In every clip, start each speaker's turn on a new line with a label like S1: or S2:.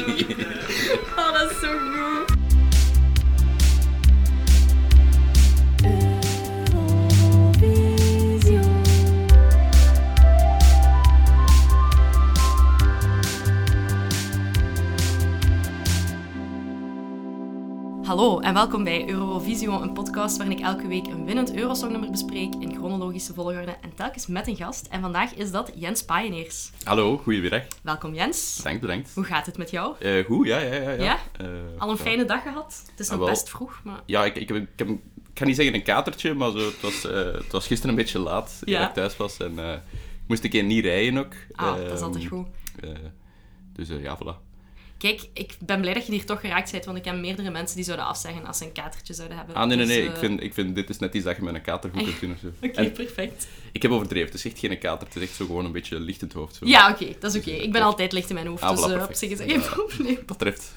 S1: Oh, dat is zo goed. Hallo en welkom bij Eurovisio, een podcast waarin ik elke week een winnend Eurosongnummer bespreek in chronologische volgorde en telkens met een gast. En vandaag is dat Jens Pioneers.
S2: Hallo, goedemiddag.
S1: Welkom Jens.
S2: Bedankt, bedankt.
S1: Hoe gaat het met jou?
S2: Eh goed, ja, ja, ja. ja.
S1: Ja?
S2: Eh,
S1: Al een
S2: ja.
S1: fijne dag gehad? Het is
S2: Ah,
S1: nog
S2: wel.
S1: best vroeg, maar...
S2: Ja, ik, ik, heb, ik, heb, een- ik kan niet zeggen een katertje, maar zo, het, was, eh, het was gisteren een beetje laat
S1: Ja.
S2: dat ik thuis was. En eh, ik moest een keer niet rijden ook.
S1: Ah, dat is
S2: Ehm,
S1: altijd goed.
S2: eh, dus eh, ja, voilà.
S1: Kijk, ik ben blij dat je hier toch geraakt bent, want ik ken meerdere mensen die zouden afzeggen als ze een katertje zouden hebben.
S2: Ah, nee, nee,
S1: Dus,
S2: nee.
S1: eh,
S2: Ik vind, ik vind dit is net iets dat je met een kater goed kunt doen of zo.
S1: Oké,
S2: En
S1: perfect.
S2: ik heb overdreven. Het is echt geen kater. Het is echt zo gewoon een beetje licht in het hoofd. Zo.
S1: Ja, oké, dat is oké. Ik ben altijd licht in mijn hoofd,
S2: Ah,
S1: dus
S2: voilà,
S1: eh, op
S2: perfect.
S1: zich is dat geen probleem.
S2: Dat treft.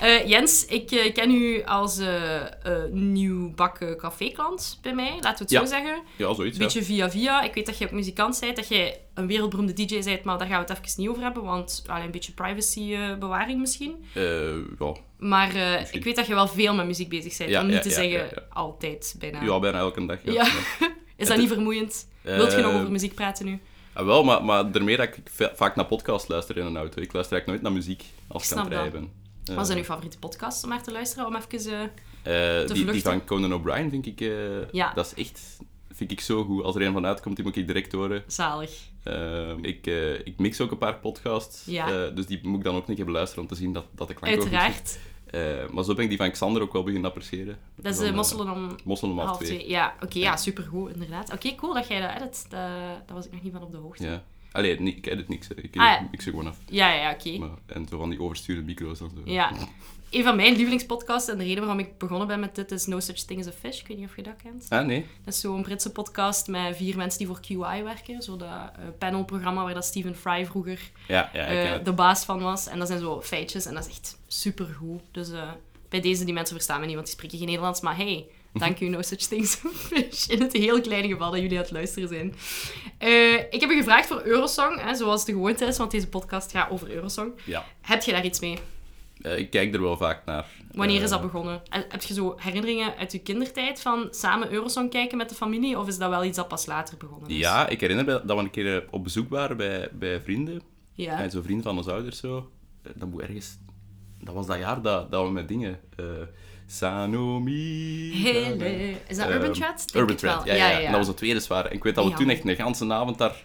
S1: Eh, Jens, ik eh, ken u als eh eh nieuwbakken caféklant bij mij, laten we het zo
S2: Ja.
S1: zeggen.
S2: Ja, zoiets.
S1: Een
S2: ja.
S1: beetje via via. Ik weet dat je ook muzikant bent, dat je een wereldberoemde DJ bent, maar daar gaan we het even niet over hebben, want alleen een beetje privacybewaring misschien.
S2: Eh, ja.
S1: Maar eh, ik
S2: Misschien.
S1: weet dat je wel veel met muziek bezig bent.
S2: Ja,
S1: om niet
S2: ja,
S1: te
S2: ja,
S1: zeggen
S2: ja, ja.
S1: altijd bijna.
S2: ja, bijna elke dag.
S1: Ja.
S2: ja. Eh,
S1: Is dat niet vermoeiend? Wilt je nog over muziek praten nu?
S2: Ah, wel, maar, maar daarmee dat ik va- vaak naar podcasts luister in een auto. Ik luister eigenlijk nooit naar muziek als ik aan
S1: snap
S2: het rijden ben. Eh,
S1: Wat zijn uw favoriete podcasts om naar te luisteren? Om even... eh,
S2: eh, die, die
S1: vluchten?
S2: van Conan O'Brien vind ik... eh,
S1: Ja.
S2: Dat is echt... Vind ik zo goed. Als er een van uitkomt, die moet ik direct horen.
S1: zalig.
S2: Eh, ik, eh, ik mix ook een paar podcasts.
S1: Ja.
S2: eh, dus die moet ik dan ook niet hebben luisteren om te zien dat, dat de klank ook goed zit.
S1: Uiteraard.
S2: Eh, maar zo ben ik die van Xander ook wel beginnen appreciëren.
S1: Dat is
S2: Van,
S1: de
S2: eh,
S1: Mosselen om
S2: Mosselen om half
S1: half
S2: twee.
S1: twee. Ja, oké. ja, supergoed, inderdaad. Oké, cool dat jij dat edit. Dat, daar was ik nog niet van op de hoogte.
S2: Ja. Allee, nee, ik edit niks. hè. Ik,
S1: Ah, ja.
S2: ik zeg gewoon af.
S1: Ja, ja, ja, oké.
S2: Maar, eh, en zo van die overstuurde micro's en zo.
S1: Ja. Een van mijn lievelingspodcasts en de reden waarom ik begonnen ben met dit is No Such Thing as a Fish. Ik weet niet of je dat kent.
S2: Ah, nee.
S1: Dat is zo'n Britse podcast met vier mensen die voor QI werken. Zo dat eh, panelprogramma waar dat Stephen Fry vroeger
S2: Ja, ja, ik
S1: eh,
S2: ken het.
S1: de baas van was. En dat zijn zo feitjes en dat is echt supergoed. Dus eh, bij deze, die mensen verstaan me niet, want die spreken geen Nederlands. Maar hey, thank you, no such thing as a fish. In het heel kleine geval dat jullie aan het luisteren zijn. Eh, ik heb je gevraagd voor Eurosong, hè, zoals de gewoonte is, want deze podcast gaat over Eurosong.
S2: Ja.
S1: Heb je daar iets mee?
S2: Eh, ik kijk er wel vaak naar.
S1: Wanneer
S2: Eh,
S1: is dat begonnen? En Heb je zo herinneringen uit je kindertijd van samen Eurosong kijken met de familie? Of is dat wel iets dat pas later begonnen is?
S2: Ja, ik herinner me dat we een keer eh, op bezoek waren bij, bij vrienden.
S1: Ja.
S2: En zo'n vriend van onze ouders zo. Eh, Dat moet ergens... Dat was dat jaar dat, dat we met dingen... eh Sanomi...
S1: Hele. Is dat Urban
S2: Ehm,
S1: Chat? Denk
S2: Urban
S1: het wel.
S2: Thread, ja, ja, ja. En dat was het tweede zware. En ik weet dat we
S1: Ja.
S2: toen echt een ganse avond daar...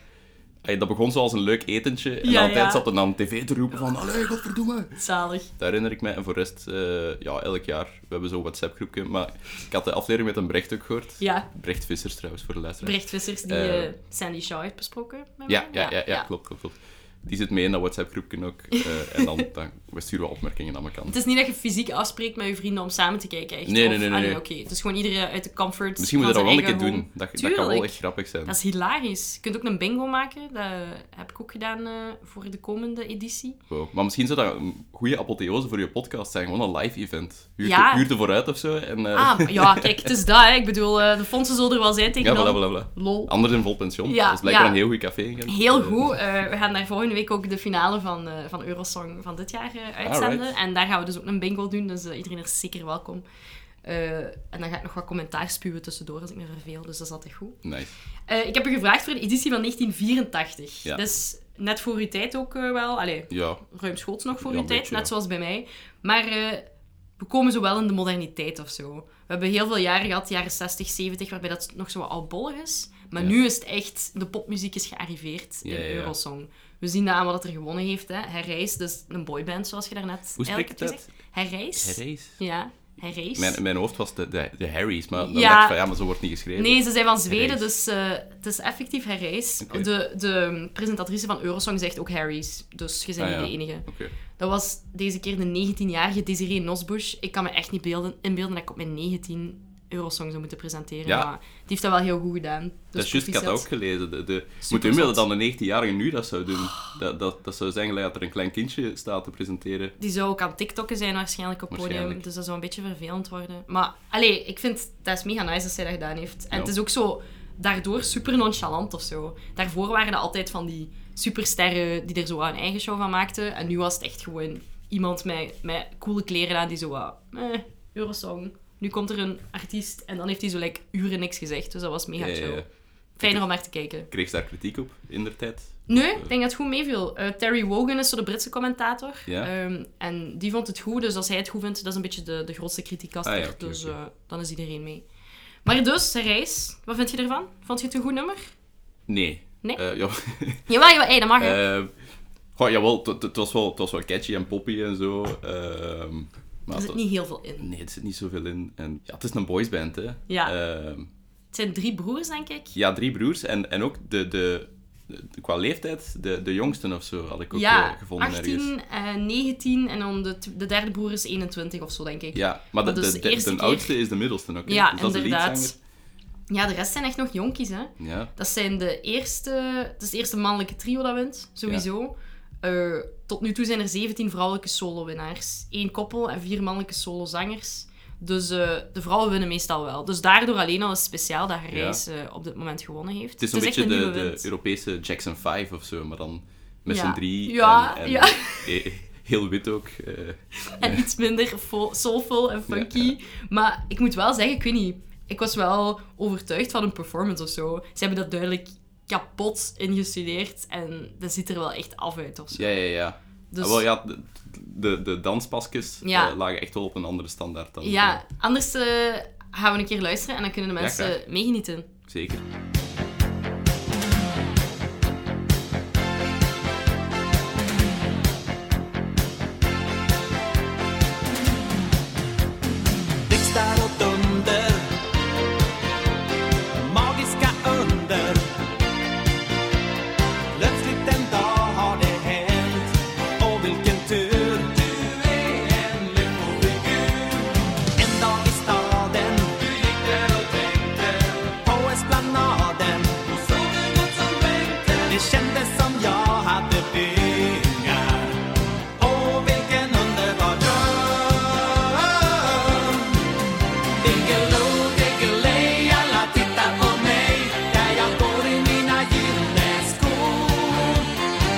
S2: Ey, dat begon zo als een leuk etentje. En
S1: Ja,
S2: altijd
S1: ja.
S2: zat er dan tv te roepen van... Allee, godverdomme.
S1: Zalig.
S2: Dat herinner ik mij. En voor de rest, eh, ja, elk jaar. We hebben zo'n WhatsApp-groepje. Maar ik had de aflevering met een Brecht ook gehoord.
S1: Ja.
S2: Brecht Vissers trouwens, voor de luisteraar.
S1: Brecht Vissers, die
S2: Eh,
S1: eh, Sandy Shaw heeft besproken. met
S2: Ja,
S1: mij.
S2: ja, ja, ja, klopt, klopt, klopt. Die zit mee in dat WhatsApp-groepje ook. eh, en dan, dan we sturen we opmerkingen aan elkaar.
S1: Het is niet dat je fysiek afspreekt met je vrienden om samen te kijken, echt.
S2: Nee,
S1: Of-
S2: nee, nee,
S1: ah,
S2: nee, nee.
S1: Oké, het is gewoon iedereen uit de comfort
S2: Misschien moeten we
S1: van
S2: dat wel een
S1: zijn
S2: keer
S1: eigen
S2: doen.
S1: home.
S2: Dat, dat kan wel
S1: Tuurlijk.
S2: echt grappig zijn.
S1: Dat is hilarisch. Je kunt ook een bingo maken. Dat heb ik ook gedaan eh, voor de komende editie.
S2: Wow. Maar misschien zou dat een goede apotheose voor je podcast zijn. Gewoon een live event. Uur,
S1: Ja.
S2: uur vooruit of zo. En, eh,
S1: Ah, maar ja, kijk, het is dat. Hè. Ik bedoel, eh, de fondsen zullen er wel zijn tegen
S2: ja,
S1: dan.
S2: voilà, voilà, voilà.
S1: Lol.
S2: Anders in vol pension.
S1: Ja,
S2: dat is blijkbaar
S1: ja.
S2: een heel goed café. in Gent.
S1: Heel
S2: Eh,
S1: goed. Eh, we gaan daar volgende week ook de finale van, eh, van Eurosong van dit jaar eh, uitzenden.
S2: Alright.
S1: En daar gaan we dus ook een bingo doen, dus eh, iedereen is zeker welkom. Eh, en dan ga ik nog wat commentaar spuwen tussendoor als ik me verveel, dus dat is altijd goed.
S2: nice.
S1: Eh, ik heb u gevraagd voor de editie van 1984.
S2: Ja.
S1: Dus net voor uw tijd ook eh, wel. Allee,
S2: Ja,
S1: ruimschoots nog voor
S2: Ja,
S1: uw
S2: een
S1: tijd,
S2: beetje,
S1: net
S2: ja.
S1: zoals bij mij. Maar eh, we komen zo wel in de moderniteit of zo. We hebben heel veel jaren gehad, jaren 60, 70, waarbij dat nog zo wat oudbollig is. Maar
S2: Ja.
S1: nu is het echt, de popmuziek is gearriveerd
S2: Ja,
S1: in
S2: ja, ja.
S1: Eurosong. We zien dat aan wat er gewonnen heeft. Hè. Herreis, dus een boyband, zoals je daarnet
S2: Hoe spreek
S1: eigenlijk
S2: je
S1: hebt
S2: dat?
S1: gezegd. Herreis.
S2: Herreys.
S1: Ja, Herreis.
S2: Mijn, mijn hoofd was de, de, de Harry's, maar dan
S1: Ja.
S2: dacht ik van ja, maar zo wordt niet geschreven.
S1: Nee, ze zijn van Zweden,
S2: Herreis.
S1: dus eh, het is effectief Herreis.
S2: Oké.
S1: De, de mm, presentatrice van Eurosong zegt ook Harry's, dus je bent
S2: Ah,
S1: niet
S2: ja.
S1: de enige.
S2: Oké.
S1: Dat was deze keer de 19-jarige Desiree Nosbush. Ik kan me echt niet beelden, inbeelden dat ik op mijn 19 Eurosong zou moeten presenteren.
S2: Ja.
S1: Maar die heeft dat wel heel goed gedaan. Dus
S2: Dat is juist, ik had dat
S1: proficiat.
S2: ook gelezen. De, de, moet
S1: Superzot.
S2: je inbeelden dat een 19-jarige nu dat zou doen. Dat, dat, dat zou zijn gelijk dat er een klein kindje staat te presenteren.
S1: Die zou ook aan TikTokken zijn waarschijnlijk op het podium.
S2: Waarschijnlijk.
S1: Dus dat zou een beetje vervelend worden. Maar allee, ik vind dat is mega nice dat zij dat gedaan heeft. En
S2: Ja.
S1: het is ook zo daardoor super nonchalant of zo. Daarvoor waren dat altijd van die supersterren die er zo wat een eigen show van maakten. En nu was het echt gewoon iemand met, met coole kleren aan die zo wat... Eh, Eurosong. Nu komt er een artiest en dan heeft hij zo like, uren niks gezegd. Dus dat was mega
S2: Ja, ja,
S1: chill.
S2: ja.
S1: Fijner om naar te kijken.
S2: Kreeg ze daar kritiek op in der tijd?
S1: Nee, ik denk dat het goed meeviel. Eh, Terry Wogan is zo de Britse commentator.
S2: Ja.
S1: Ehm, en die vond het goed, dus als hij het goed vindt, dat is een beetje de, de grootste kritiekaster.
S2: Ah ja, oké,
S1: dus
S2: oké.
S1: eh, dan is iedereen mee. Maar dus, de reis, wat vind je ervan? Vond je het een goed nummer?
S2: Nee.
S1: Nee? Ah,
S2: Eh, ja.
S1: Jawel, jawel, hey, dat mag. hè.
S2: Eh, goh, jawel, het- het het was, wel- het was wel catchy en poppy en zo. ehm, maar
S1: er
S2: het-
S1: zit niet heel veel in.
S2: Nee, er zit niet zoveel in. En, ja, het is een boysband, hè.
S1: Ja.
S2: Ehm,
S1: Het zijn drie broers, denk ik.
S2: ja, drie broers. En, en ook de, de, de- qua leeftijd, de, de jongsten of zo, had ik ook
S1: ja,
S2: eh, gevonden ergens.
S1: 18, eh 19 en dan de, tw- de derde broer is 21 of zo, denk ik.
S2: Ja, maar de,
S1: Dat is
S2: de,
S1: de
S2: de,
S1: eerste
S2: de
S1: keer.
S2: oudste is de middelste ook. hè?
S1: Ja,
S2: Dus dat is de
S1: inderdaad.
S2: leadzanger.
S1: Ja, de rest zijn echt nog jonkies, hè.
S2: Ja.
S1: Dat zijn de eerste... Het is het eerste mannelijke trio dat wint, sowieso. Eh, tot nu toe zijn er 17 vrouwelijke solo-winnaars. Eén koppel en vier mannelijke solo-zangers. Dus eh, de vrouwen winnen meestal wel. Dus daardoor alleen al is het speciaal dat Reis eh, op dit moment gewonnen heeft. Dus
S2: Het is een beetje
S1: echt
S2: de,
S1: nieuwe
S2: de
S1: wind.
S2: Europese Jackson 5 of zo, maar dan met
S1: Ja.
S2: z'n drie.
S1: Ja,
S2: en, en
S1: ja.
S2: eh, heel wit ook. eh.
S1: En iets minder fo- soulful en funky.
S2: Ja,
S1: Maar ik moet wel zeggen, ik weet niet. Ik was wel overtuigd van een performance of zo. Ze hebben dat duidelijk kapot ingestudeerd. En dat ziet er wel echt af uit of zo.
S2: ja, ja, ja.
S1: Dus-
S2: Ah, wel, ja de, de, de danspasjes
S1: Ja.
S2: eh, lagen echt wel op een andere standaard dan.
S1: Ja, anders eh, gaan we een keer luisteren en dan kunnen de
S2: Ja,
S1: mensen
S2: graag.
S1: meegenieten.
S2: Zeker.
S3: Ik sta rot onder. Magisch ga under. Plötsligt en dag har det hänt. Och vilken tur. Du är en lyckofigur. En dag i staden. Du gick där och tänkte. På esplanaden. Och såg du nåt som vänkte. Det kändes som jag hade vingar. Åh, vilken underbar dröm. Diggeloo, diggeley, alla tittar på mig där jag går i mina gyllene skor.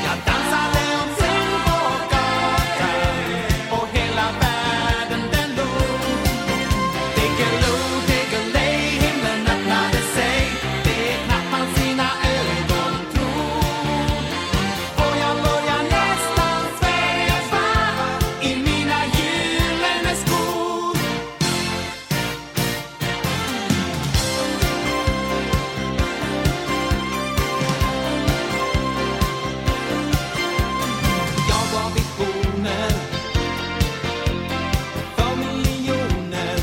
S3: Jag dansade omkring på gatan och hela världen den log. Diggeloo, diggeley, himlen öppnade sig. Det är knappt man sina ögon tror. Och jag börjar nästan sväva i mina gyllene skor. Jag var visioner för miljoner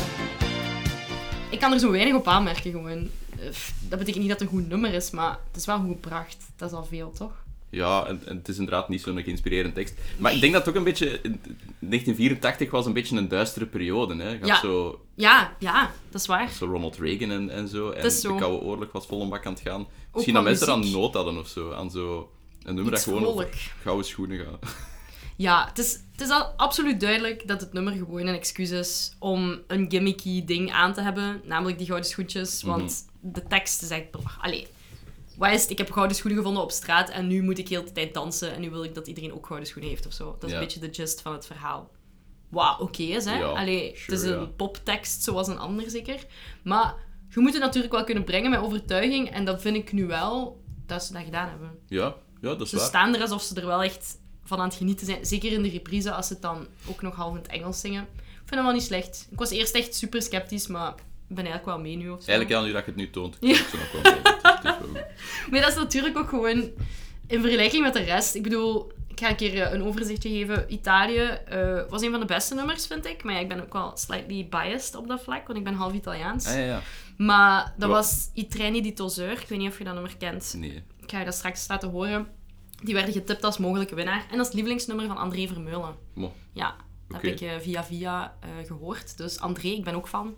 S1: Ik kan er zo weinig op aanmerken gewoon. Eh, pff, Dat betekent niet dat het een goed nummer is, maar het is wel goed gebracht. Dat is al veel, toch?
S2: Ja, en, en het is inderdaad niet zo'n geïnspirerende tekst. Maar ik denk dat het ook een beetje... 1984 was een beetje een duistere periode, hè. Je had
S1: Ja.
S2: zo,
S1: Ja, ja, dat is waar.
S2: zo Ronald Reagan en, en zo. En
S1: Het is zo.
S2: de Koude Oorlog was vol een bak aan het gaan. Misschien
S1: qua
S2: dat mensen
S1: muziek.
S2: eraan nood hadden of zo. Aan zo een nummer
S1: Iets
S2: dat gewoon over
S1: vrolijk.
S2: gouden schoenen gaat.
S1: Ja, het is, het is al absoluut duidelijk dat het nummer gewoon een excuus is om een gimmicky ding aan te hebben, namelijk die gouden schoentjes,
S2: Mhm.
S1: want de tekst is echt belachelijk. Allee, wat is het? Ik heb gouden schoenen gevonden op straat en nu moet ik heel de tijd dansen en nu wil ik dat iedereen ook gouden schoenen heeft of zo. Dat is
S2: Ja.
S1: een beetje de gist van het verhaal. Wat oké is, hè?
S2: Ja,
S1: Allee, het
S2: sure,
S1: is een
S2: ja.
S1: poptekst zoals een ander zeker. Maar je moet het natuurlijk wel kunnen brengen met overtuiging en dat vind ik nu wel dat ze dat gedaan hebben.
S2: Ja, ja, dat is
S1: Ze
S2: waar.
S1: staan er alsof ze er wel echt van aan het genieten zijn. Zeker in de reprise, als ze het dan ook nog half in het Engels zingen. Ik vind dat wel niet slecht. Ik was eerst echt super sceptisch, maar ik ben eigenlijk wel mee nu of zo.
S2: Eigenlijk ja, nu dat je het nu toont.
S1: Ja.
S2: Ik zou nog wel zeggen, het is wel goed.
S1: Maar dat is natuurlijk ook gewoon in vergelijking met de rest. Ik bedoel, ik ga een keer eh, een overzichtje geven. Italië eh, was een van de beste nummers, vind ik. Maar ja, ik ben ook wel slightly biased op dat vlak, want ik ben half Italiaans.
S2: Ah, ja, ja.
S1: Maar dat
S2: Wa-
S1: was I treni di Tozeur. Ik weet niet of je dat nummer kent.
S2: Nee.
S1: Ik ga je dat straks laten horen. Die werden getipt als mogelijke winnaar. En dat is het lievelingsnummer van André Vermeulen.
S2: Mo.
S1: Ja, dat
S2: Oké.
S1: heb ik eh, via via eh, gehoord. Dus André, ik ben ook van.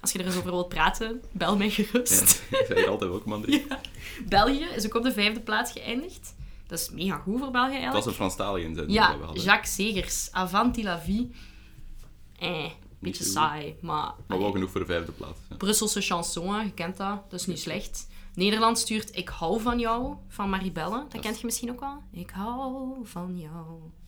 S1: Als je er eens over wilt praten, bel mij
S2: Ja,
S1: gerust.
S2: ik zei hier altijd welkom, André.
S1: België is ook op de vijfde plaats geëindigd. Dat is mega goed voor België
S2: Het
S1: eigenlijk.
S2: was een Franstalige inzending
S1: ja,
S2: dat we hadden.
S1: Jacques Segers, Avanti la vie. Eh, beetje
S2: zo goed.
S1: saai, maar...
S2: Maar
S1: allee.
S2: wel genoeg voor de vijfde plaats. Ja.
S1: Brusselse chanson, hè, je kent dat. Dat is niet slecht. Nederland stuurt Ik hou van jou van Maribelle. Dat, kent je misschien ook wel. Ik hou van jou.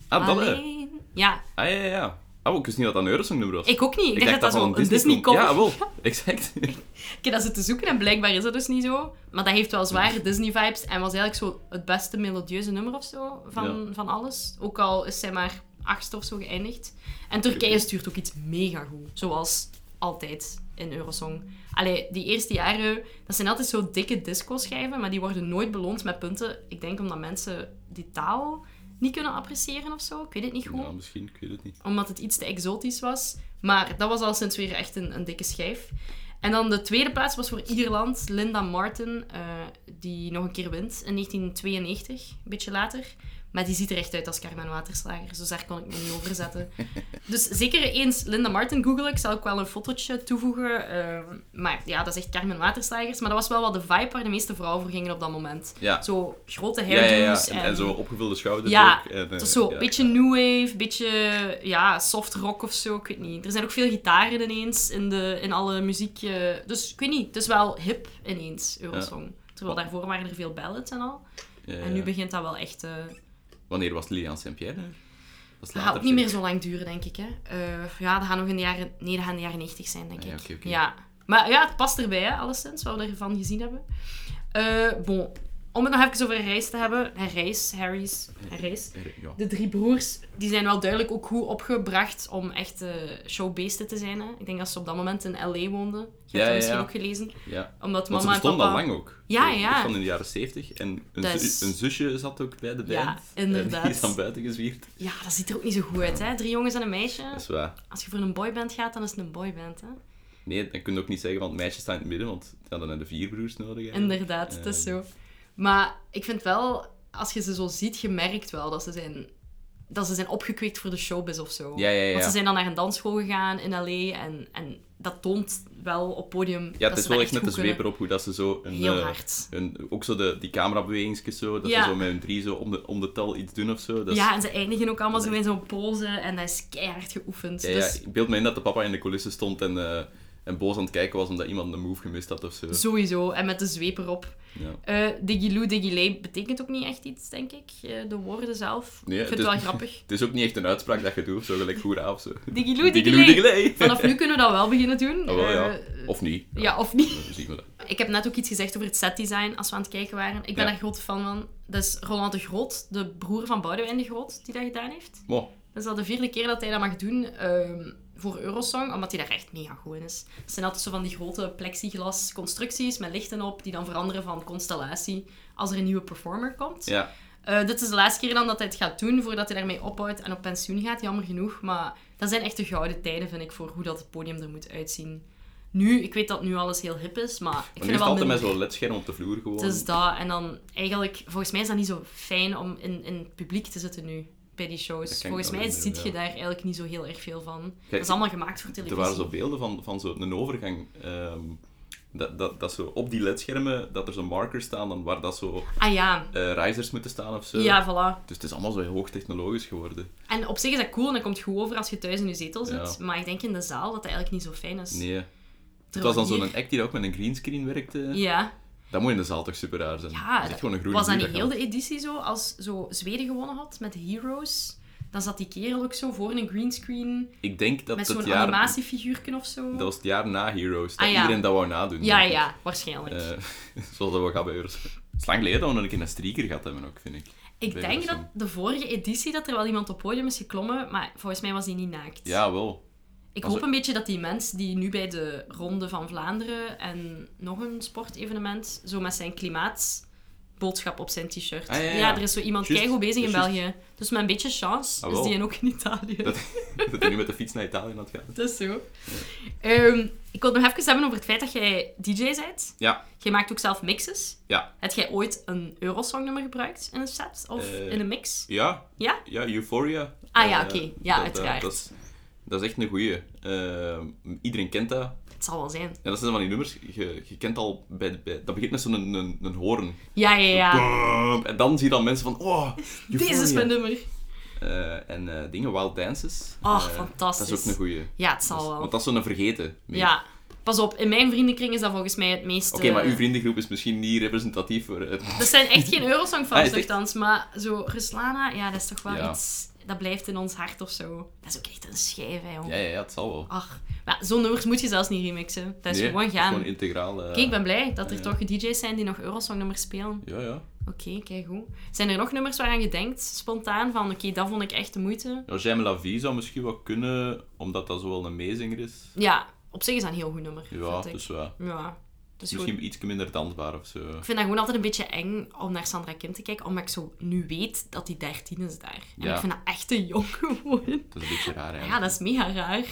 S2: Ah, dat, eh.
S1: Alleen. Ja,
S2: Ah, ja, ja, ja. Oh, ik wist niet dat dat een Eurosong nummer was.
S1: ik ook niet. Ik, dacht, dat
S2: van
S1: dat zo een Disney
S2: komt.
S1: cover
S2: Ja, wel. Exact.
S1: Ik heb dat zitten zoeken en blijkbaar is dat dus niet zo. Maar dat heeft wel zware Disney-vibes en was eigenlijk zo het beste melodieuze nummer of zo van, van alles. Ook al is zij maar achtste of zo geëindigd. En Turkije stuurt ook iets mega goed. Zoals altijd in Eurosong. Allee, die eerste jaren, dat zijn altijd zo dikke disco-schijven, maar die worden nooit beloond met punten. Ik denk omdat mensen die taal niet kunnen appreciëren of zo. Ik weet het niet goed
S2: Ja, misschien, ik weet het niet.
S1: omdat het iets te exotisch was. Maar dat was al sinds weer echt een, een dikke schijf. En dan de tweede plaats was voor ieder land Linda Martin, eh, die nog een keer wint in 1992, een beetje later. Maar die ziet er echt uit als Carmen Waterslager, dus daar kon ik me niet over zetten. Dus zeker eens Linda Martin googelen, ik zal ook wel een fotootje toevoegen. eh, maar ja, dat is echt Carmen Waterslagers. Maar dat was wel wel de vibe waar de meeste vrouwen voor gingen op dat moment.
S2: Ja.
S1: Zo grote
S2: Ja, ja,
S1: hairdo's.
S2: ja. En,
S1: en-
S2: en zo opgevulde schouders
S1: ja,
S2: ook. En, eh,
S1: het is zo
S2: ja.
S1: een beetje new wave, beetje ja, soft rock of zo, ik weet niet. Er zijn ook veel gitaren ineens in, de, in alle muziek. eh, dus ik weet niet, het is wel hip ineens, Eurosong. Terwijl daarvoor waren er veel ballads en al.
S2: Ja, ja.
S1: En nu begint dat wel echt... eh
S2: Wanneer was Lilian Saint-Pierre? Dat is
S1: dat
S2: later,
S1: gaat ook niet meer
S2: zeker?
S1: zo lang duren, denk ik. Hè. Eh, ja, dat gaat nog in de jaren... Nee, dat gaan in de jaren 90 zijn, denk
S2: Ah,
S1: ik.
S2: ja, oké, oké.
S1: Ja. Maar ja, het past erbij, hè, alleszins, wat we ervan gezien hebben. Eh, bon, om het nog even over Herreis te hebben. Herreis, Harry's, Herreis.
S2: Ja.
S1: De drie broers, die zijn wel duidelijk ook goed opgebracht om echt eh, showbeesten te zijn. Hè? Ik denk dat ze op dat moment in L.A. woonden. Je hebt
S2: Ja,
S1: dat
S2: ja,
S1: misschien
S2: ja.
S1: ook gelezen.
S2: ja.
S1: Omdat
S2: Want ze
S1: mama en
S2: bestond
S1: papa...
S2: al lang ook.
S1: Ja,
S2: Ze
S1: ja.
S2: Van in de jaren 70. En een,
S1: Dat
S2: zu-
S1: is-
S2: een zusje zat ook bij de band.
S1: Ja, inderdaad.
S2: En die is dan buiten gezwierd.
S1: Ja, dat ziet er ook niet zo goed uit. Hè? Drie jongens en een meisje.
S2: Dat is waar.
S1: Als je voor een boyband gaat, dan is het een boyband. Hè?
S2: Nee, dan kun je ook niet zeggen, want meisjes staan in het midden, want ja, dan hebben de vier broers nodig. hè.
S1: Inderdaad, het is
S2: Eh,
S1: zo. Maar ik vind wel, als je ze zo ziet, je merkt wel dat ze zijn, dat ze zijn opgekweekt voor de showbiz of zo.
S2: Ja, ja, ja.
S1: Want ze zijn dan naar een dansschool gegaan in L.A. En, en dat toont wel op podium
S2: Ja,
S1: dat
S2: het is
S1: ze
S2: wel
S1: dat
S2: echt met de
S1: goed
S2: zweep
S1: kunnen.
S2: erop hoe dat ze zo... Een,
S1: Heel
S2: eh,
S1: hard.
S2: een- ook zo de, die camerabewegingjes zo, dat
S1: Ja.
S2: ze zo met hun drie zo om de, om de tel iets doen of zo. Dat is-
S1: Ja, en ze eindigen ook allemaal
S2: dat
S1: zo
S2: is
S1: in zo'n pose en dat is keihard geoefend.
S2: Ja, ja,
S1: dus
S2: ik beeld me in dat de papa in de coulissen stond en, eh, en boos aan het kijken was omdat iemand een move gemist had of zo.
S1: sowieso, en met de zweep erop.
S2: Ja.
S1: Eh Digiloo, Digilay betekent ook niet echt iets, denk ik. Eh, de woorden zelf.
S2: Nee,
S1: ik vind het
S2: het
S1: wel
S2: is-
S1: grappig.
S2: Het is ook niet echt een uitspraak dat je doet, zo gelijk hoera of zo.
S1: Digiloo,
S2: Diggeloe,
S1: Digilay.
S2: diggelay.
S1: Vanaf nu kunnen we dat wel beginnen doen.
S2: Ah, wel, ja.
S1: Eh,
S2: Of niet.
S1: ja, of niet.
S2: dan zien we dat.
S1: Ik heb net ook iets gezegd over het setdesign als we aan het kijken waren. Ik ben
S2: Ja.
S1: daar groot fan van. Dat is Roland de Groot, de broer van Boudewijn de Groot, die dat gedaan heeft.
S2: Wow.
S1: Dat is al de vierde keer dat hij dat mag doen ehm, voor Eurosong, omdat hij daar echt mega goed in is. Het zijn altijd zo van die grote plexiglas constructies met lichten op, die dan veranderen van constellatie als er een nieuwe performer komt.
S2: Ja.
S1: Eh, dit is de laatste keer dan dat hij het gaat doen, voordat hij daarmee ophoudt en op pensioen gaat, jammer genoeg. Maar dat zijn echt de gouden tijden, vind ik, voor hoe dat het podium er moet uitzien. Nu, ik weet dat nu alles heel hip is, maar ik
S2: Maar
S1: vind
S2: nu is
S1: het
S2: het
S1: wel
S2: altijd met
S1: minder.
S2: zo'n ledscherm op de vloer gewoon.
S1: Het is Dus dat, en dan eigenlijk, volgens mij is dat niet zo fijn om in, in het publiek te zitten nu, bij die
S2: Dat
S1: shows.
S2: kan ik
S1: Volgens
S2: me
S1: mij
S2: herinneren,
S1: ziet je
S2: ja.
S1: daar eigenlijk niet zo heel erg veel van. dat
S2: Kijk,
S1: is allemaal gemaakt voor
S2: Er
S1: televisie.
S2: waren zo beelden van, van zo'n overgang. ehm, dat, dat, dat zo op die ledschermen, dat er zo'n markers staan dan waar dat zo
S1: Ah ja,
S2: eh risers moeten staan of zo.
S1: ja, voilà.
S2: Dus het is allemaal zo hoogtechnologisch geworden.
S1: En op zich is dat cool en dat komt goed over als je thuis in je zetel zit.
S2: Ja.
S1: Maar ik denk in de zaal dat dat eigenlijk niet zo fijn is.
S2: Nee. Het was
S1: Terwijl
S2: dan
S1: hier-
S2: zo'n act die ook met een greenscreen werkte.
S1: Ja,
S2: Dat moet in de zaal toch super raar zijn.
S1: ja
S2: dat is echt gewoon een groene
S1: was dat
S2: muur,
S1: niet heel de editie zo? Als zo Zweden gewonnen had met Heroes, dan zat die kerel ook zo voor een greenscreen
S2: kan- Ik denk dat
S1: met
S2: het
S1: zo'n
S2: jaar...
S1: animatiefiguurken of zo.
S2: Dat was het jaar na Heroes. Dat
S1: Ah, ja.
S2: iedereen dat wou nadoen.
S1: Ja,
S2: denk ik.
S1: ja, waarschijnlijk.
S2: Eh, zoals dat wel gaat bij Euros. Het is lang geleden dat we nog een keer een streaker gehad hebben ook, vind ik.
S1: Ik
S2: bij
S1: denk dat
S2: Eurosong.
S1: de vorige editie dat er wel iemand op podium is geklommen, maar volgens mij was die niet naakt.
S2: Ja, wel.
S1: ik
S2: was
S1: hoop
S2: er-
S1: een beetje dat die mens die nu bij de Ronde van Vlaanderen en nog een sportevenement, zo met zijn klimaatboodschap op zijn t-shirt.
S2: Ah, ja, ja, ja.
S1: er is zo iemand
S2: Juist,
S1: keigoed bezig in
S2: juist.
S1: België. Dus met een beetje chance
S2: Ah,
S1: is
S2: wel.
S1: die en ook in Italië.
S2: Dat, dat hij nu met de fiets naar Italië had gaan.
S1: Dat is zo. Ehm, ik wil het nog even hebben over het feit dat jij DJ bent.
S2: Ja,
S1: Jij maakt ook zelf mixes.
S2: ja.
S1: Heb jij ooit een Eurosong-nummer gebruikt in een set of
S2: Eh,
S1: in een mix?
S2: Ja,
S1: Ja?
S2: ja Euphoria.
S1: Ah, ja,
S2: Eh,
S1: oké. Ja,
S2: dat-
S1: uiteraard.
S2: Dat, dat is, dat is echt een goeie. Eh, iedereen kent dat.
S1: Het zal wel zijn.
S2: Ja, dat zijn van die nummers, je, je kent al, bij, bij, dat begint met zo'n een, een, een hoorn.
S1: Ja, ja, ja.
S2: Bam! En dan zie je dan mensen van, oh,
S1: Deze is mijn nummer.
S2: Eh, En eh, dingen, Wild Dances.
S1: Oh,
S2: Eh,
S1: fantastisch.
S2: Dat is ook een goeie.
S1: Ja, het zal
S2: Dat is-
S1: wel.
S2: Want dat is zo'n vergeten. meer.
S1: Ja, Pas op, in mijn vriendenkring is dat volgens mij het meest...
S2: Oké, maar
S1: eh,
S2: uw vriendengroep is misschien niet representatief voor het...
S1: Dat zijn echt geen
S2: Ah,
S1: Eurosongfans,
S2: is echt-
S1: nogthans. Maar zo, Ruslana, ja, dat is toch wel
S2: Ja.
S1: iets... Dat blijft in ons hart of zo. Dat is ook echt een schijf, hè, jong.
S2: Ja, ja, ja, het zal wel.
S1: Ach, maar zo'n nummers moet je zelfs niet remixen. Ah, Dat is
S2: Nee,
S1: gewoon
S2: het
S1: gaan.
S2: Gewoon integraal. eh,
S1: Kijk, ik ben blij dat er
S2: Ja.
S1: toch DJ's zijn die nog Eurosong-nummers spelen.
S2: Ja, ja.
S1: Oké, kijk goed. Zijn er nog nummers waaraan je denkt, spontaan, van oké, dat vond ik echt de moeite?
S2: ja J'aime la vie zou misschien wel kunnen, omdat dat zo wel een meezinger is.
S1: Ja, op zich is dat een heel goed nummer,
S2: Ja,
S1: vind ik.
S2: dus ja.
S1: Ja, dus goed.
S2: Misschien iets minder dansbaar of zo.
S1: Ik vind dat gewoon altijd een beetje eng om naar Sandra Kim te kijken, omdat ik zo nu weet dat die 13 is daar. En
S2: Ja.
S1: ik vind dat echt te jong gewoon.
S2: Dat is een beetje raar
S1: Ja,
S2: eigenlijk.
S1: dat is mega raar.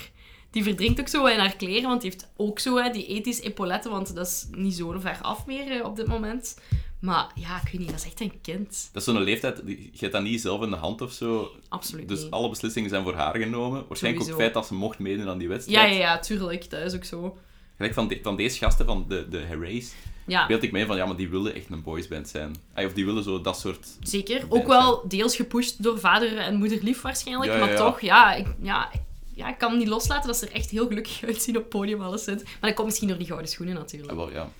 S1: Die verdrinkt ook zo in haar kleren, want die heeft ook zo hè, die ethisch epauletten, want dat is niet zo ver af meer eh, op dit moment. Maar ja, ik weet niet, dat is echt een kind.
S2: Dat is zo'n leeftijd, die- je hebt dat niet zelf in de hand of zo.
S1: Absoluut
S2: Dus
S1: niet.
S2: alle beslissingen zijn voor haar genomen. Waarschijnlijk ook
S1: Sowieso.
S2: het feit dat ze mocht meedoen aan die
S1: Ja,
S2: wedstrijd.
S1: ja, ja, tuurlijk. Dat is ook zo.
S2: Gelijk van, de- van deze gasten, van de, de Harrays,
S1: Ja,
S2: beeld ik me in van, ja, maar die willen echt een boysband zijn. Ay, Of die willen zo dat soort...
S1: zeker.
S2: ben
S1: Ook wel deels gepusht door vader en moeder lief waarschijnlijk.
S2: Ja, ja,
S1: Maar
S2: ja.
S1: toch, ja ik, ja, ik- ja, ik kan niet loslaten dat ze er echt heel gelukkig uitzien op het podium alleszins. Maar dat komt misschien door die gouden schoenen
S2: Ah,
S1: natuurlijk.
S2: wel, ja.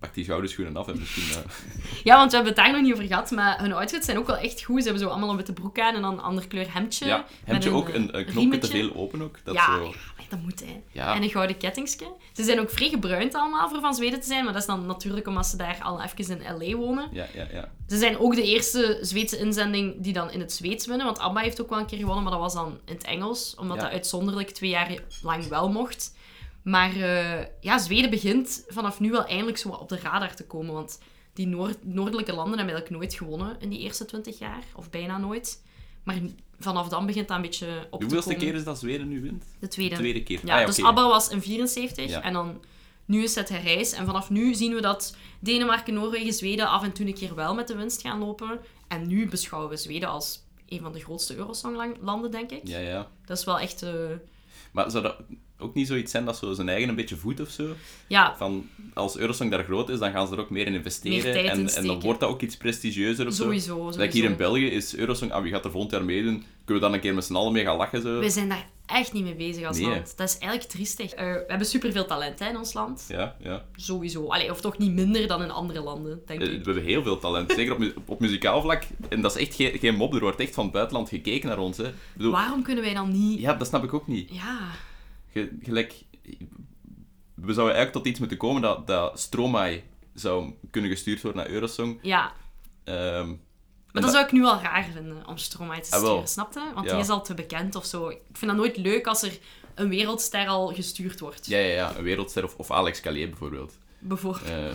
S2: Pak die schouderschoenen af en misschien... eh,
S1: Ja, want we hebben het daar nog niet over gehad, maar hun outfits zijn ook wel echt goed. Ze hebben zo allemaal een witte broek aan en dan een ander kleur hemdje.
S2: ja, heb
S1: met
S2: je ook
S1: eh,
S2: een, een knopje
S1: riemetje.
S2: te veel open ook? Dat
S1: ja,
S2: zo...
S1: ja, maar dat moet hè.
S2: Ja.
S1: En een gouden kettingske. Ze zijn ook vrij gebruind allemaal voor van Zweden te zijn, maar dat is dan natuurlijk omdat ze daar al even in LA wonen.
S2: Ja, ja, ja.
S1: Ze zijn ook de eerste Zweedse inzending die dan in het Zweeds winnen. Want ABBA heeft ook wel een keer gewonnen, maar dat was dan in het Engels. Omdat
S2: Ja.
S1: dat uitzonderlijk twee jaar lang wel mocht. Maar eh, ja, Zweden begint vanaf nu wel eindelijk zo wat op de radar te komen. Want die noord- noordelijke landen hebben eigenlijk nooit gewonnen in die eerste twintig jaar. Of bijna nooit. Maar vanaf dan begint dat een beetje op te
S2: Hoeveelste
S1: komen.
S2: keer is dat Zweden nu wint?
S1: De tweede.
S2: tweede keer.
S1: Ja,
S2: Ah, ja,
S1: dus
S2: oké.
S1: ABBA was in 74
S2: Ja.
S1: en dan nu is het herrijs. En vanaf nu zien we dat Denemarken, Noorwegen, Zweden af en toe een keer wel met de winst gaan lopen. En nu beschouwen we Zweden als een van de grootste Eurosong-landen, denk ik.
S2: Ja, ja.
S1: Dat is wel echt... eh,
S2: Maar zou dat ook niet zoiets zijn dat zo zijn eigen een beetje voet of zo?
S1: ja,
S2: Van, als Eurosong daar groot is, dan gaan ze er ook meer in investeren.
S1: Meer tijd in
S2: en, en
S1: steken.
S2: dan wordt dat ook iets prestigieuzer of zo.
S1: Sowieso, sowieso.
S2: Like hier in België is Eurosong, ah, wie gaat er volgend jaar meedoen? Kunnen we dan een keer met z'n allen mee gaan lachen? Zo?
S1: we zijn daar echt niet mee bezig als
S2: Nee.
S1: land. Dat is eigenlijk triestig. Eh, we hebben superveel talent hè, in ons land.
S2: Ja, ja.
S1: Sowieso. Allee, of toch niet minder dan in andere landen, denk
S2: Eh,
S1: ik.
S2: We hebben heel veel talent, zeker op, mu- op, op muzikaal vlak. En dat is echt geen, geen mop, er wordt echt van het buitenland gekeken naar ons. Hè. Ik bedoel,
S1: Waarom kunnen wij dan niet...
S2: ja, dat snap ik ook niet.
S1: ja.
S2: Ge- gelijk, we zouden eigenlijk tot iets moeten komen dat, dat Stromae zou kunnen gestuurd worden naar Eurosong.
S1: ja.
S2: Ehm,
S1: Maar
S2: En
S1: dat zou ik nu wel raar vinden, om Stromae te
S2: Ah, wel.
S1: sturen, snap je? Want
S2: Ja.
S1: die is al te bekend of zo. Ik vind dat nooit leuk als er een wereldster al gestuurd wordt,
S2: Ja, ja, ja, een wereldster of, of Alex Callier bijvoorbeeld.
S1: bijvoorbeeld.
S2: Eh,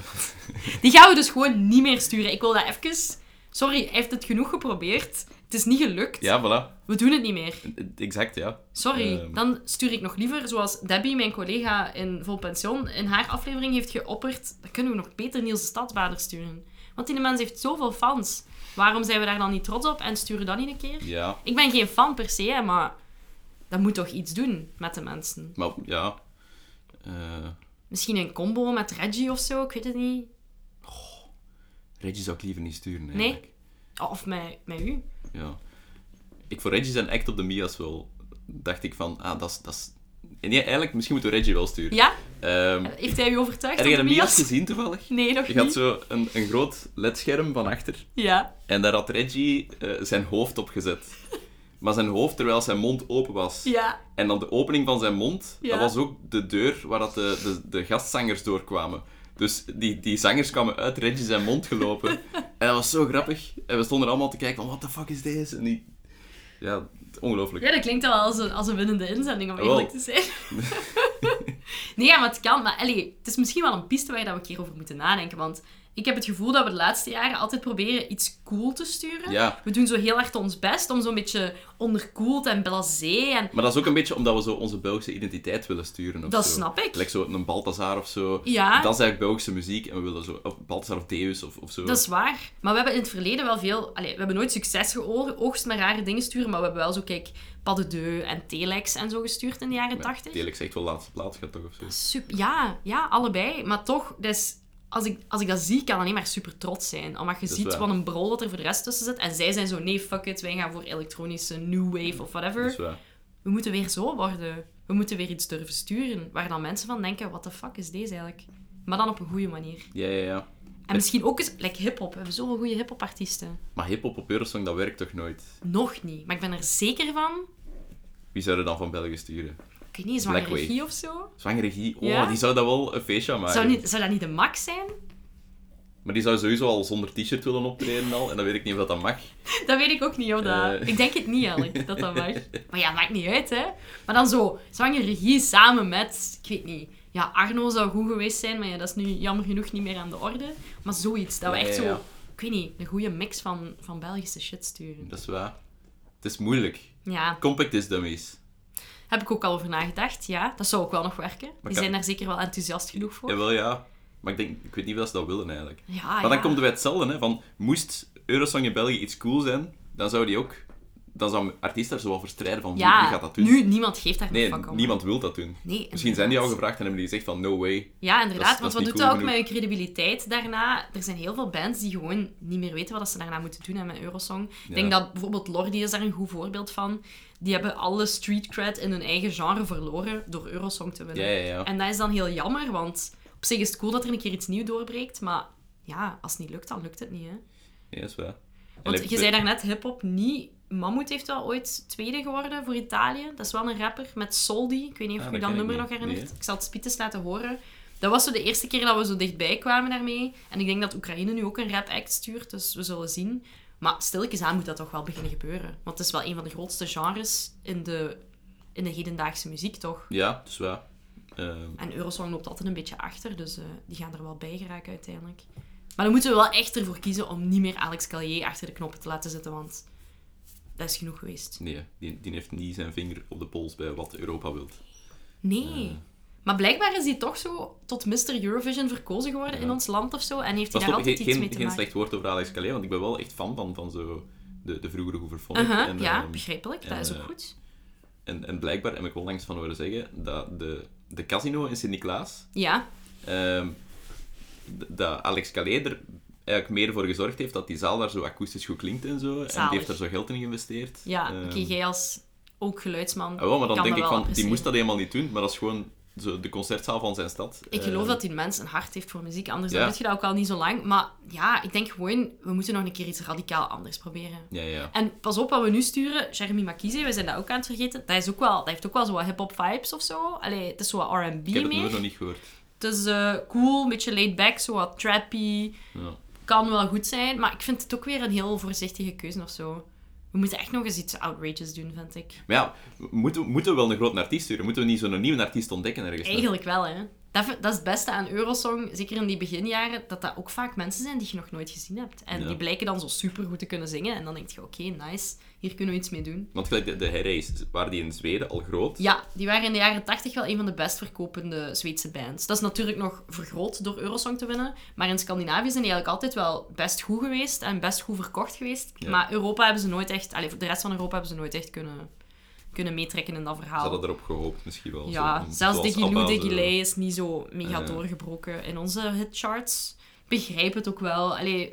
S1: Die gaan we dus gewoon niet meer sturen. Ik wil dat even... Sorry, hij heeft het genoeg geprobeerd. Het is niet gelukt.
S2: ja, voilà.
S1: We doen het niet meer.
S2: Exact, ja.
S1: Sorry.
S2: Ehm.
S1: Dan stuur ik nog liever, zoals Debbie, mijn collega in Vol Pension, in haar aflevering heeft geopperd, dan kunnen we nog beter Niels de Stadsbader sturen. Want die mens heeft zoveel fans. Waarom zijn we daar dan niet trots op en sturen dat niet een keer?
S2: Ja,
S1: Ik ben geen fan per se, hè, maar dat moet toch iets doen met de mensen.
S2: maar ja. Eh,
S1: Misschien een combo met Reggie of zo, ik weet het niet.
S2: Reggie zou ik liever niet sturen,
S1: Nee?
S2: eigenlijk.
S1: Oh, Of met, met u.
S2: Ja. Ik voor Reggie zijn act op de Mia's wel. Dacht ik van, ah, dat is- dat is... En ja, eigenlijk, misschien moeten we Reggie wel sturen.
S1: Ja?
S2: Ehm,
S1: Heeft hij u overtuigd?
S2: heb
S1: op
S2: je
S1: de
S2: de Mia's
S1: Mia's?
S2: gezien toevallig?
S1: Nee, nog
S2: Je
S1: niet.
S2: had zo een, een groot ledscherm van achter.
S1: Ja.
S2: En daar had Reggie eh, zijn hoofd op gezet. Maar zijn hoofd terwijl zijn mond open was.
S1: Ja.
S2: En dan de opening van zijn mond,
S1: Ja.
S2: dat was ook de deur waar dat de, de, de gastzangers doorkwamen. Dus die, die zangers kwamen uit Reggie zijn mond gelopen. en dat was zo grappig. En we stonden allemaal te kijken van, what the fuck is deze? En die... Ja, ongelooflijk.
S1: Ja, dat klinkt wel als een, als een winnende inzending, om
S2: Wel.
S1: eerlijk te zijn. nee, ja, maar het kan. Maar Ellie, het is misschien wel een piste waar dat we een keer over moeten nadenken. Want ik heb het gevoel dat we de laatste jaren altijd proberen iets cool te sturen.
S2: Ja.
S1: We doen zo heel hard ons best om zo'n beetje onderkoeld en blasé en
S2: Maar dat is ook een beetje omdat we zo onze Belgische identiteit willen sturen. Of
S1: Dat
S2: zo.
S1: snap ik.
S2: Like zo een Balthazar of zo.
S1: Ja.
S2: Dat is eigenlijk Belgische muziek. En we willen zo... Of Balthazar of Deus of, of zo.
S1: Dat is waar. Maar we hebben in het verleden wel veel... Allee, we hebben nooit succes geoogst met rare dingen sturen, maar we hebben wel zo, kijk, Pas de Deux en Telex en zo gestuurd in de jaren
S2: Maar
S1: tachtig.
S2: Telex echt wel laatste plaats gaat toch of zo.
S1: Super, ja, ja, allebei. Maar toch, dus, als, ik, als ik dat zie, kan ik alleen maar super trots zijn. Omdat je
S2: Dat is
S1: ziet
S2: waar.
S1: wat een brol dat er voor de rest tussen zit. En zij zijn zo, nee, fuck it, wij gaan voor elektronische new wave of whatever.
S2: Dus, ja.
S1: We moeten weer zo worden. we moeten weer iets durven sturen, waar dan mensen van denken, what the fuck is deze eigenlijk? Maar dan op een goede manier.
S2: Ja, ja, ja.
S1: En misschien ook eens, like hip-hop, we hebben zoveel goede hip-hop artiesten.
S2: Maar hip-hop op Eurosong, dat werkt toch nooit?
S1: Nog niet, maar ik ben er zeker van.
S2: Wie zou er dan van België sturen?
S1: Ik weet niet, een zwangere
S2: Black Wave.
S1: regie of zo.
S2: Zwangere Guy? Oh,
S1: Ja?
S2: die zou dat wel een feestje aan maken.
S1: Zou, niet, zou dat niet de max zijn?
S2: Maar die zou sowieso al zonder t-shirt willen optreden al. En dan weet ik niet of dat, dat mag.
S1: Dat weet ik ook niet, of dat...
S2: Eh.
S1: Ik denk het niet, eigenlijk, dat dat mag. Maar ja, maakt niet uit, hè. Maar dan zo, zwangere regie samen met... Ik weet niet. Ja, Arno zou goed geweest zijn, maar ja, dat is nu jammer genoeg niet meer aan de orde. Maar zoiets, dat we
S2: Ja,
S1: echt
S2: ja,
S1: zo...
S2: ja.
S1: Ik weet niet, een goede mix van, van Belgische shit sturen.
S2: Dat is waar. Het is moeilijk.
S1: Ja,
S2: Compact is dummies.
S1: heb ik ook al over nagedacht, ja. Dat zou ook wel nog werken.
S2: kan-
S1: Die zijn daar zeker wel enthousiast genoeg voor.
S2: Jawel, ja. Maar ik, denk, ik weet niet of ze dat willen eigenlijk.
S1: Ja,
S2: maar dan
S1: ja.
S2: komt er bij hetzelfde, hè. Van, moest Eurosong in België iets cool zijn, dan zou die ook... Dan zou een artiest daar zo wel voor strijden van, wie
S1: Ja,
S2: gaat dat doen?
S1: nu, niemand geeft daar
S2: nee,
S1: een fuck om.
S2: niemand wil dat doen.
S1: Nee,
S2: Misschien zijn die al
S1: inderdaad.
S2: gevraagd en hebben die gezegd van, no way.
S1: Ja, inderdaad.
S2: Dat
S1: want
S2: is- dat is
S1: wat
S2: niet
S1: doet
S2: cool
S1: dat ook met
S2: genoeg.
S1: je credibiliteit daarna? Er zijn heel veel bands die gewoon niet meer weten wat ze daarna moeten doen hè, met Eurosong. Ik
S2: Ja.
S1: denk dat bijvoorbeeld Lordi is daar een goed voorbeeld van. Die hebben alle street cred in hun eigen genre verloren door Eurosong te winnen.
S2: Ja, ja, ja.
S1: En dat is dan heel jammer, want op zich is het cool dat er een keer iets nieuws doorbreekt, maar ja, als het niet lukt, dan lukt het niet. Hè?
S2: Ja, dat is waar. En
S1: Want
S2: heb-
S1: je zei daarnet, hip-hop niet. Mammoet heeft wel ooit tweede geworden voor Italië. Dat is wel een rapper met Soldi. Ik weet niet of
S2: Ah,
S1: je dat
S2: dat ken ik
S1: nummer
S2: niet.
S1: nog herinnert.
S2: Nee.
S1: Ik zal het Spietes laten horen. Dat was zo de eerste keer dat we zo dichtbij kwamen daarmee. En ik denk dat Oekraïne nu ook een rap-act stuurt, dus we zullen zien. Maar stilletjes aan moet dat toch wel beginnen gebeuren. Want het is wel een van de grootste genres in de, in de hedendaagse muziek, toch?
S2: Ja, dat is waar. Ehm,
S1: En Eurosong loopt altijd een beetje achter, dus eh, die gaan er wel bij geraken uiteindelijk. Maar dan moeten we wel echt ervoor kiezen om niet meer Alex Calier achter de knoppen te laten zitten, want dat is genoeg geweest.
S2: nee, die, die heeft niet zijn vinger op de pols bij wat Europa wilt.
S1: Nee. Maar blijkbaar is hij toch zo tot Mr. Eurovision verkozen geworden in ons land of zo. En heeft hij
S2: Dat
S1: daar
S2: is toch
S1: altijd
S2: geen,
S1: iets
S2: geen-
S1: mee te
S2: geen
S1: maken.
S2: slecht woord over Alex Calais, want ik ben wel echt fan van, van zo de, de vroegere Hoover
S1: Uh-huh,
S2: en,
S1: ja,
S2: ehm,
S1: begrijpelijk. Dat
S2: en,
S1: is ook
S2: eh,
S1: goed.
S2: en, en blijkbaar heb ik onlangs van horen zeggen dat de, de casino in Sint-Niklaas,
S1: Ja,
S2: ehm, d- dat Alex Calais er eigenlijk meer voor gezorgd heeft dat die zaal daar zo akoestisch goed klinkt en zo. En
S1: Zalig.
S2: die heeft er zo geld in geïnwesteerd.
S1: ja.
S2: Ehm,
S1: oké, jij als ook geluidsman.
S2: ah, wel, maar dan
S1: kan
S2: denk ik
S1: dat wel
S2: van, die
S1: appreciëren.
S2: moest dat helemaal niet doen, maar dat is gewoon zo de concertzaal van zijn stad.
S1: Ik geloof
S2: Ehm,
S1: dat die mens een hart heeft voor muziek, anders
S2: ja.
S1: dan weet je dat ook al niet zo lang. Maar ja, ik denk gewoon, we moeten nog een keer iets radicaal anders proberen.
S2: Ja, ja.
S1: En pas op wat we nu sturen, Jeremy Makize, we zijn dat ook aan het vergeten. Dat, is ook wel, dat heeft ook wel zo wat hip-hop vibes of zo. Allee, het is zo wat RB
S2: Ik heb het
S1: meer.
S2: nummer nog niet gehoord.
S1: Het is eh, cool, een beetje laid back, zo wat trappy.
S2: Ja.
S1: Kan wel goed zijn, maar ik vind het ook weer een heel voorzichtige keuze of zo. We moeten echt nog eens iets outrageous doen, vind ik.
S2: Maar ja, moeten, we- moeten we wel een grote artiest sturen? Moeten we niet zo'n nieuwe artiest ontdekken ergens? hè?
S1: Eigenlijk wel, hè. Dat, vind- dat is het beste aan Eurosong, zeker in die beginjaren, dat dat ook vaak mensen zijn die je nog nooit gezien hebt. En
S2: Ja.
S1: die blijken dan zo supergoed te kunnen zingen. En dan denk je, oké, nice, hier kunnen we iets mee doen.
S2: Want gelijk de, de Herreys, waren die in Zweden al groot?
S1: Ja, die waren in de jaren 80 wel een van de best verkopende Zweedse bands. Dat is natuurlijk nog vergroot door Eurosong te winnen. Maar in Scandinavië zijn die eigenlijk altijd wel best goed geweest en best goed verkocht geweest.
S2: Ja.
S1: Maar Europa hebben ze nooit echt, allee, voor de rest van Europa hebben ze nooit echt kunnen, kunnen meetrekken in dat
S2: Ze
S1: verhaal.
S2: hadden erop gehoopt misschien wel.
S1: ja,
S2: zo, om-
S1: zelfs
S2: zoals
S1: Diggy Lou
S2: ABBA, zo.
S1: Diggy Lay is niet zo mega
S2: Eh.
S1: doorgebroken in onze hitcharts. Begrijp het ook wel. Allee,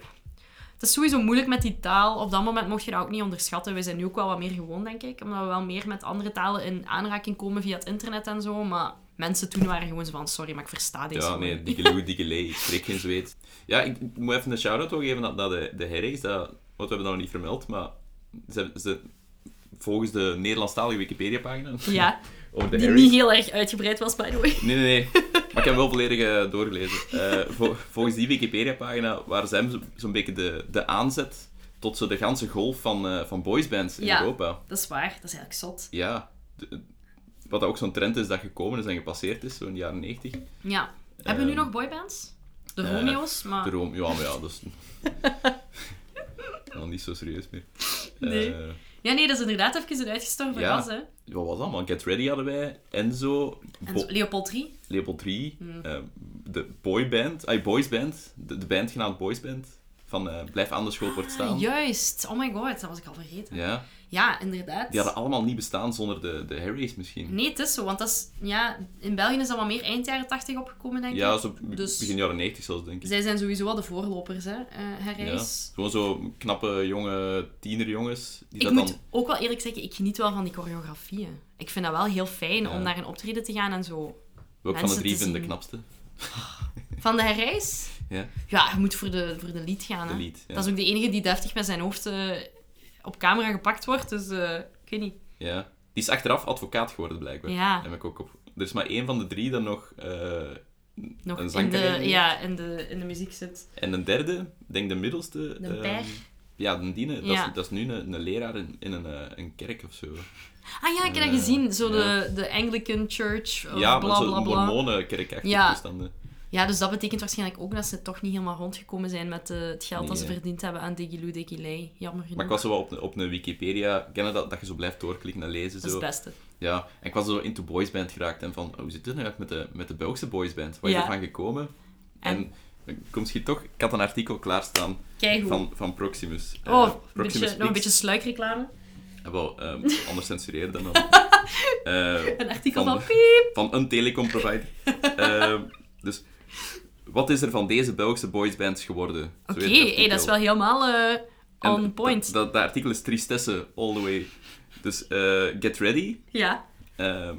S1: het is sowieso moeilijk met die taal. Op dat moment mocht je dat ook niet onderschatten. We zijn nu ook wel wat meer gewoon, denk ik. Omdat we wel meer met andere talen in aanraking komen via het internet en zo. Maar mensen toen waren gewoon zo van, sorry, maar ik versta deze
S2: Ja,
S1: gewoon
S2: nee,
S1: niet.
S2: Diggy Lou Diggy Lay, ik spreek geen Zweeds. Ja, ik, ik moet even een shout-out ook geven naar, naar de, de Herreys. Dat, want we hebben dat nog niet vermeld, maar ze, ze, volgens de Nederlandstalige Wikipedia-pagina...
S1: Ja,
S2: over de
S1: die
S2: Herreys-
S1: niet heel erg uitgebreid was, by the way.
S2: Nee, nee, nee. Maar ik heb wel volledig eh, doorgelezen. Eh, vol- volgens die Wikipedia-pagina waren zij zo- zo'n beetje de, de aanzet tot zo de ganse golf van, eh, van boysbands in
S1: Ja.
S2: Europa.
S1: Dat is waar, dat is eigenlijk zot.
S2: Ja. De- wat ook zo'n trend is dat gekomen is en gepasseerd is, zo in de jaren 90.
S1: Ja. Hebben we nu
S2: Ehm,
S1: nog boybands? De
S2: eh,
S1: Romeo's, maar...
S2: De Rome, ja, maar ja, dus... Dan niet zo serieus meer. Eh,
S1: Nee. Ja, nee, dat is inderdaad even een uitgestorven
S2: Ja.
S1: ras, hè.
S2: wat was dat, man? Get Ready hadden wij, Enzo,
S1: En
S2: Bo-
S1: zo- Leopold 3.
S2: Leopold 3,
S1: Mm.
S2: eh, de boyband, ah, boysband, de, de band
S1: Ah,
S2: genaamd boysband, van eh, Blijf aan de school wordt staan.
S1: Juist. Oh my god, dat was ik al vergeten. Ja,
S2: Ja,
S1: Ja, inderdaad.
S2: Die hadden allemaal niet bestaan zonder de, de Harry's misschien.
S1: Nee, het is zo, want dat is, ja, in België is dat wat meer eind jaren 80 opgekomen, denk
S2: Ja,
S1: ik.
S2: zo
S1: Dus-
S2: begin jaren 90 zelfs, denk ik.
S1: Zij zijn sowieso wel de voorlopers, hè, eh
S2: Ja.
S1: Herreis.
S2: Gewoon zo knappe, jonge tienerjongens. Die
S1: Ik
S2: dat
S1: moet
S2: dan...
S1: ook wel eerlijk zeggen, ik geniet wel van die choreografieën. Ik vind dat wel heel fijn
S2: Ja.
S1: om naar een optreden te gaan en zo.
S2: Welke van de
S1: mensen
S2: drie
S1: te
S2: vinden de
S1: zien.
S2: knapste?
S1: Van de herreis?
S2: Ja,
S1: Ja, je moet voor de, voor de lied gaan,
S2: de
S1: hè.
S2: lead. Ja.
S1: Ah, Dat is ook de enige die deftig met zijn hoofd eh, op camera gepakt wordt, dus eh, ik weet niet.
S2: ja. Die is achteraf advocaat geworden, blijkbaar.
S1: Ja.
S2: Heb ik ook op... Er is maar één van de drie dan nog... eh,
S1: Nog
S2: Een
S1: in de,
S2: zangcarrière.
S1: ja, in, de, in de muziek zit.
S2: En een derde, ik denk de middelste...
S1: De
S2: ehm,
S1: Ber.
S2: Ja, de Dine. Dat,
S1: Ja.
S2: is, dat is nu een, een leraar in, in een, eh, een kerk of zo.
S1: Ah ja, ik heb
S2: Eh,
S1: dat gezien. Zo
S2: ja.
S1: de, de Anglican Church, of
S2: ja,
S1: bla
S2: maar
S1: bla
S2: zo'n
S1: bla.
S2: mormonenkerkachtige
S1: Ja.
S2: toestanden.
S1: Ja, dus dat betekent waarschijnlijk ook dat ze toch niet helemaal rondgekomen zijn met eh, het geld dat ze
S2: Nee.
S1: verdiend hebben aan Digiloo Digilei. Jammer genoeg.
S2: Maar ik was zo wel op, een- op een Wikipedia, kennen dat, dat je zo blijft doorklikken en lezen.
S1: Dat is
S2: Zo.
S1: het beste.
S2: Ja, en ik was zo into boysband geraakt en van, oh, hoe zit het nou eigenlijk met de, met de Belgische boysband? Waar is
S1: Ja.
S2: er van gekomen?
S1: En-
S2: En, dan komt je toch, ik had een artikel klaarstaan
S1: Keigoed.
S2: van, van Proximus. Eh,
S1: oh, een beetje,
S2: Proximus
S1: nog een
S2: Pix.
S1: beetje sluikreclame.
S2: Eh, wel, ehm, anders censureren dan al. Eh,
S1: Een artikel
S2: Van
S1: van,
S2: de-
S1: piep.
S2: van een telecomprovider. Ehm, dus, wat is er van deze Belgische boysbands geworden? Zo
S1: Oké,
S2: heet het
S1: hey, dat is
S2: artikel.
S1: wel helemaal eh,
S2: En
S1: on
S2: dat-
S1: point.
S2: Dat, dat artikel is tristesse all the way. Dus eh, Get Ready,
S1: Ja.
S2: ehm,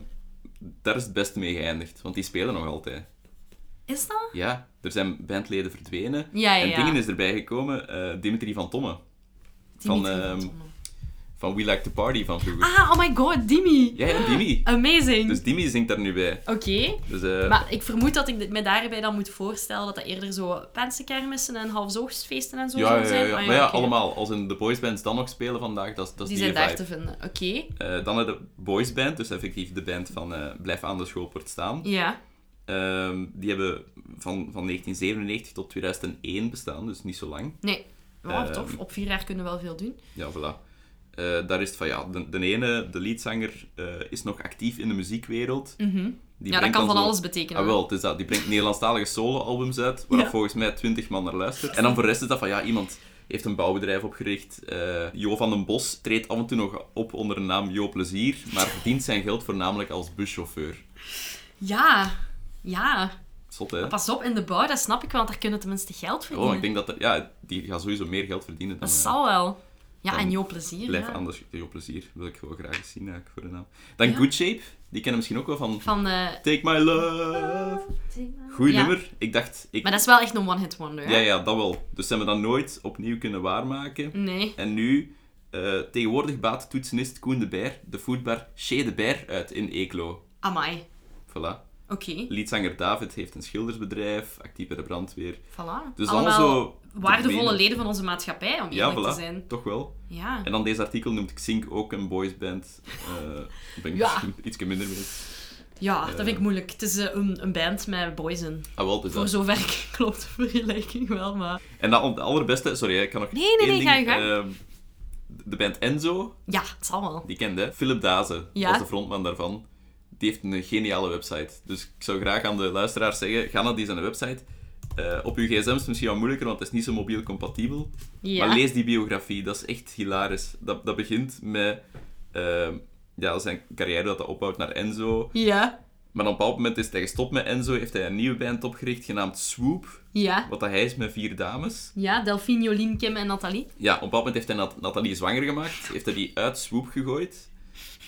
S2: daar is het best mee geëindigd, want die spelen nog altijd.
S1: Is dat?
S2: Ja, er zijn bandleden verdwenen.
S1: Ja, ja,
S2: en
S1: ja.
S2: dingen is erbij gekomen, eh, Dimitri van Tomme, Van,
S1: Dimitri
S2: ehm,
S1: Tonnen.
S2: van We Like to Party van vroeger.
S1: Ah, oh my god, Dimi.
S2: Ja, ja, Dimi.
S1: Amazing.
S2: Dus Dimi zingt daar nu bij.
S1: Oké.
S2: Dus, eh,
S1: Maar ik vermoed dat ik dit- me daarbij dan moet voorstellen dat dat eerder zo pensenkermissen en halfzoogstfeesten en zo
S2: ja,
S1: zullen
S2: ja, ja,
S1: zijn.
S2: ja.
S1: Ah,
S2: Maar ja,
S1: oké.
S2: allemaal. Als in de boysbands dan nog spelen vandaag, dat, is- dat is
S1: Die zijn
S2: die
S1: daar
S2: vibe.
S1: te vinden. Oké.
S2: Eh, dan de boysband, dus effectief de band van eh, Blijf aan de schoolpoort staan.
S1: Ja.
S2: Ehm, die hebben van, van 1997 tot 2001 bestaan, dus niet zo lang.
S1: Nee. Wauw,
S2: Ehm.
S1: tof. Op vier jaar kunnen we wel veel doen.
S2: Ja, voilà. Eh, daar is het van, ja, de, de ene, de leadzanger, eh, is nog actief in de muziekwereld. Die
S1: Mhm. ja, dat
S2: brengt
S1: kan
S2: dan
S1: van
S2: zo-
S1: alles betekenen.
S2: Ah, wel, het is dat. Die brengt Nederlandstalige solo-albums uit, waar
S1: Ja.
S2: volgens mij 20 man naar luistert. En dan voor de rest is dat van, ja, iemand heeft een bouwbedrijf opgericht. Eh, Jo van den Bos treedt af en toe nog op onder de naam Jo Plezier, maar verdient zijn geld voornamelijk als buschauffeur.
S1: Ja. Ja.
S2: Zot, hè?
S1: Pas op, in de bouw, dat snap ik wel, want daar kunnen tenminste geld verdienen.
S2: Oh, ik denk dat er, ja, die gaat sowieso meer geld verdienen dan...
S1: Dat
S2: eh,
S1: zal wel. Ja,
S2: dan
S1: en jouw plezier.
S2: Blijf
S1: ja.
S2: anders, Jo Plezier. Wil ik gewoon graag eens zien, eigenlijk, voor de naam. Dan
S1: Ja.
S2: Good Shape, die kennen misschien ook wel van...
S1: Van eh,
S2: Take My Love. Goed
S1: Ja.
S2: nummer. Ik dacht... Ik...
S1: Maar dat is wel echt een one-hit wonder. hè?
S2: Ja, ja, dat wel. Dus ze hebben dat nooit opnieuw kunnen waarmaken.
S1: Nee.
S2: En nu, eh, tegenwoordig baat toetsenist Koen de Beer de foodbar Chez de Beer uit in Eeklo.
S1: Amai.
S2: Voilà.
S1: Oké.
S2: Liedzanger David heeft een schildersbedrijf, actief bij de brandweer.
S1: Voilà.
S2: Dus
S1: Allemaal
S2: allemaal zo te
S1: waardevolle
S2: benen.
S1: leden van onze maatschappij, om
S2: Ja,
S1: eerlijk te
S2: voilà.
S1: zijn.
S2: Toch wel.
S1: Ja.
S2: En dan deze artikel noemt Xink ook een boysband. Eh ben ik
S1: Ja.
S2: misschien iets minder mee.
S1: Ja, dat vind ik moeilijk. Het is eh, een, een band met boys in.
S2: Ah, wel, dus
S1: Voor
S2: dat.
S1: zover ik- klopt de vergelijking wel, maar...
S2: En dan de allerbeste... Sorry, hè, ik kan nog
S1: Nee, nee,
S2: één
S1: nee,
S2: ding,
S1: ga je gang.
S2: ehm, de band Enzo,
S1: Ja, het zal wel.
S2: die kende, hè? Philip Dazen
S1: Ja.
S2: was de frontman daarvan. Die heeft een geniale website. Dus ik zou graag aan de luisteraars zeggen, ga naar die zijn website. Eh, op uw gsm is het misschien wat moeilijker, want het is niet zo mobiel compatibel.
S1: Ja.
S2: Maar lees die biografie, dat is echt hilarisch. Dat, dat begint met ehm, ja, zijn carrière dat hij opbouwt naar Enzo.
S1: Ja.
S2: Maar op een bepaald moment is hij gestopt met Enzo, heeft hij een nieuwe band opgericht genaamd Swoop.
S1: Ja.
S2: Wat dat hij is met vier dames.
S1: Ja, Delphine, Jolien, Kim en Nathalie.
S2: Ja, op een bepaald moment heeft hij Nat- Nathalie zwanger gemaakt. Heeft hij die uit Swoop gegooid.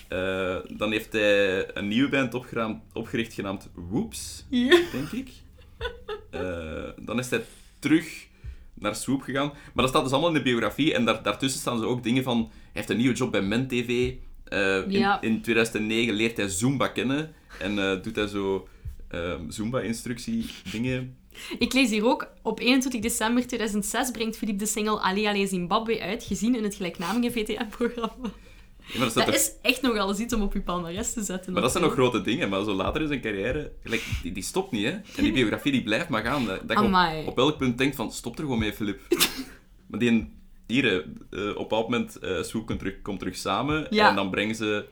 S2: Eh, dan heeft hij een nieuwe band opgeraamd- opgericht genaamd Whoops,
S1: Ja.
S2: denk ik. Eh, dan is hij terug naar Swoop gegaan. Maar dat staat dus allemaal in de biografie. En daar, daartussen staan ze ook dingen van... Hij heeft een nieuwe job bij MenTV. Eh, in,
S1: Ja.
S2: in 2009 leert hij Zumba kennen. En eh, doet hij zo ehm Zumba-instructie dingen.
S1: Ik lees hier ook, op 21 december 2006 brengt Philippe de single Allee Allee Zimbabwe uit, gezien in het gelijknamige VTM-programma.
S2: Ja, maar dat staat
S1: Dat
S2: er
S1: is echt nogal eens iets om op je palmarès te zetten.
S2: Maar dat zijn nog
S1: natuurlijk.
S2: grote dingen, maar zo later in zijn carrière, like, die, die stopt niet, hè. En die biografie die blijft maar gaan. Dat, dat je
S1: Amai.
S2: op, op elk punt denkt van, stop er gewoon mee, Filip. maar die hier, eh, eh, op een bepaald moment, eh Swoop komt terug, komt terug samen,
S1: Ja.
S2: en dan brengen ze...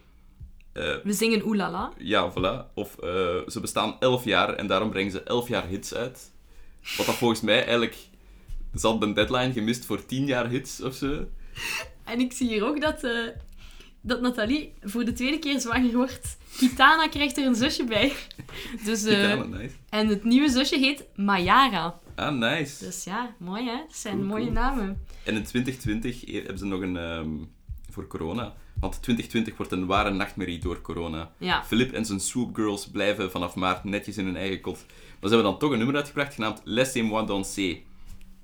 S2: eh,
S1: We zingen Oelala.
S2: ja, voilà. Of eh, ze bestaan elf jaar, en daarom brengen ze elf jaar hits uit. Wat dat volgens mij eigenlijk... Ze hadden een deadline gemist voor tien jaar hits, of zo.
S1: En ik zie hier ook dat eh, dat Nathalie voor de tweede keer zwanger wordt. Kitana krijgt er een zusje bij. Dus, eh,
S2: Kitana, Ah, nice.
S1: en het nieuwe zusje heet Mayara.
S2: Ah, nice.
S1: Dus ja, mooi hè? Het zijn
S2: Cool,
S1: mooie
S2: cool.
S1: namen.
S2: En in 2020 e- hebben ze nog een... ehm, voor corona. Want 2020 wordt een ware nachtmerrie door corona.
S1: Ja.
S2: Philip en zijn Swoop Girls blijven vanaf maart netjes in hun eigen kot. Maar ze hebben dan toch een nummer uitgebracht genaamd Laissez-moi danser.